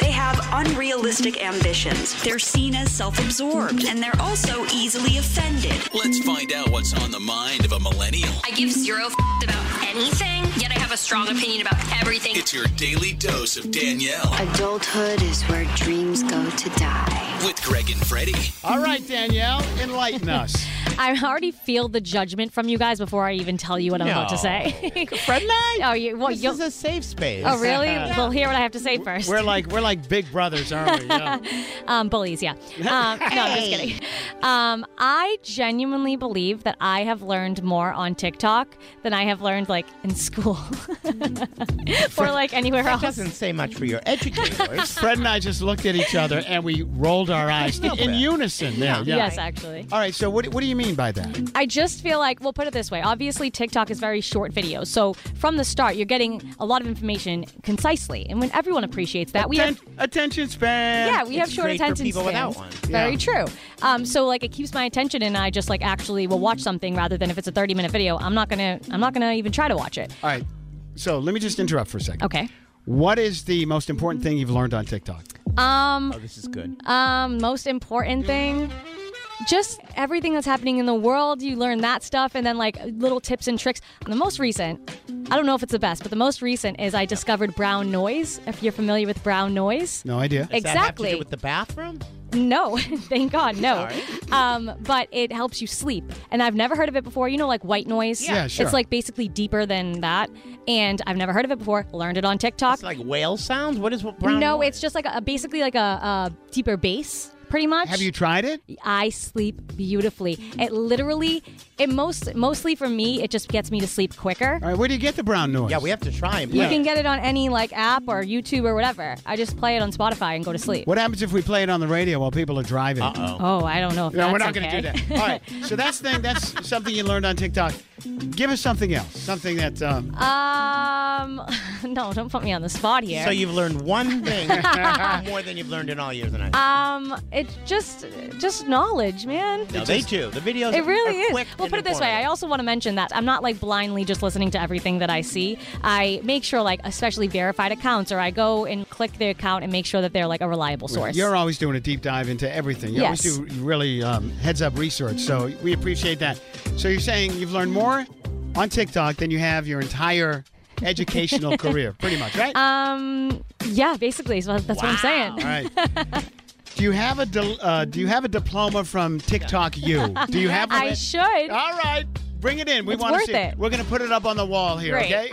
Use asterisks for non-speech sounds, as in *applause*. They have unrealistic ambitions. They're seen as self absorbed, and they're also easily offended. Let's find out what's on the mind of a millennial. I give zero f- about anything, yet I have a strong opinion about everything. It's your daily dose of Danielle Adulthood is where dreams go to die. with Greg and Freddie. All right, Danielle, *laughs* enlighten us. I already feel the judgment from you guys before I even tell you what I'm about to say. Friend night. Oh, you- well, this you'll- is a safe space. *laughs* oh, really? Well, hear what I have to say *laughs* 1st We're like we're like big brothers, aren't we? *laughs* Yeah. um, bullies, yeah. Um, No, I'm *laughs* just kidding. Um, I genuinely believe that I have learned more on TikTok than I have learned like in school *laughs* or like anywhere That else. doesn't say much for your educators. Fred and I just looked at each other and we rolled our *laughs* eyes in unison. There. Yeah. Yes, actually. All right. Uh, So what, what do you mean by that? I just feel like, well, put it this way. Obviously, TikTok is very short videos. So from the start, you're getting a lot of information concisely. And when everyone appreciates that, we have Atten- attention span. Yeah, we have short great for attention people spans. without one. Very Yeah. true. Um, so like it keeps my attention, and I just like actually will watch something rather than if it's a thirty minute video. I'm not gonna I'm not gonna even try to watch it. All right. So let me just interrupt for a second. Okay. What is the most important thing you've learned on TikTok? Um, oh, this is good. um, most important thing. Just everything that's happening in the world, you learn that stuff, and then like little tips and tricks. The most recent, I don't know if it's the best, but the most recent is I discovered brown noise. If you're familiar with brown noise, No idea. Does that have to do Exactly. with the bathroom? No, *laughs* thank God, no. Um, but it helps you sleep, and I've never heard of it before. You know, like white noise. Yeah. Yeah, sure. It's like basically deeper than that, and I've never heard of it before. Learned it on TikTok. It's like whale sounds. What is what brown? no, noise? it's just like a basically like a, a deeper bass, pretty much. Have you tried it? I sleep beautifully. It literally, it most mostly for me, it just gets me to sleep quicker. All right. Where do you get the brown noise? yeah. We have to try and You play. can get it on any like app or YouTube or whatever. I just play it on Spotify and go to sleep. What happens if we play it on the radio while people are driving? Uh oh. Oh, I don't know if No, that's we're not okay. going to do that. All *laughs* right. So that's thing. That's something you learned on TikTok. Give us something else. Something that. Um, Um, *laughs* no, don't put me on the spot here. So you've learned one *laughs* thing more than you've learned in all years, and I. Um, it's just just knowledge, man. no, they too. The videos. It really are is. Quick Well, and put it this way. I informative. also want to mention that I'm not like blindly just listening to everything that I see. I make sure, like, especially verified accounts, or I go and click the account and make sure that they're like a reliable source. You're always doing a deep dive into everything. You Yes. always do really um, heads up research. So we appreciate that. So you're saying you've learned more on TikTok than you have your entire *laughs* educational career, pretty much, right? um, yeah, basically. So that's what I'm saying. All *laughs* right. Do you have a dil- uh, Do you have a diploma from *laughs* TikTok? You do you have? one? I should. All right, bring it in. We It's want to worth see. it. We're going to put it up on the wall here. Great. Okay.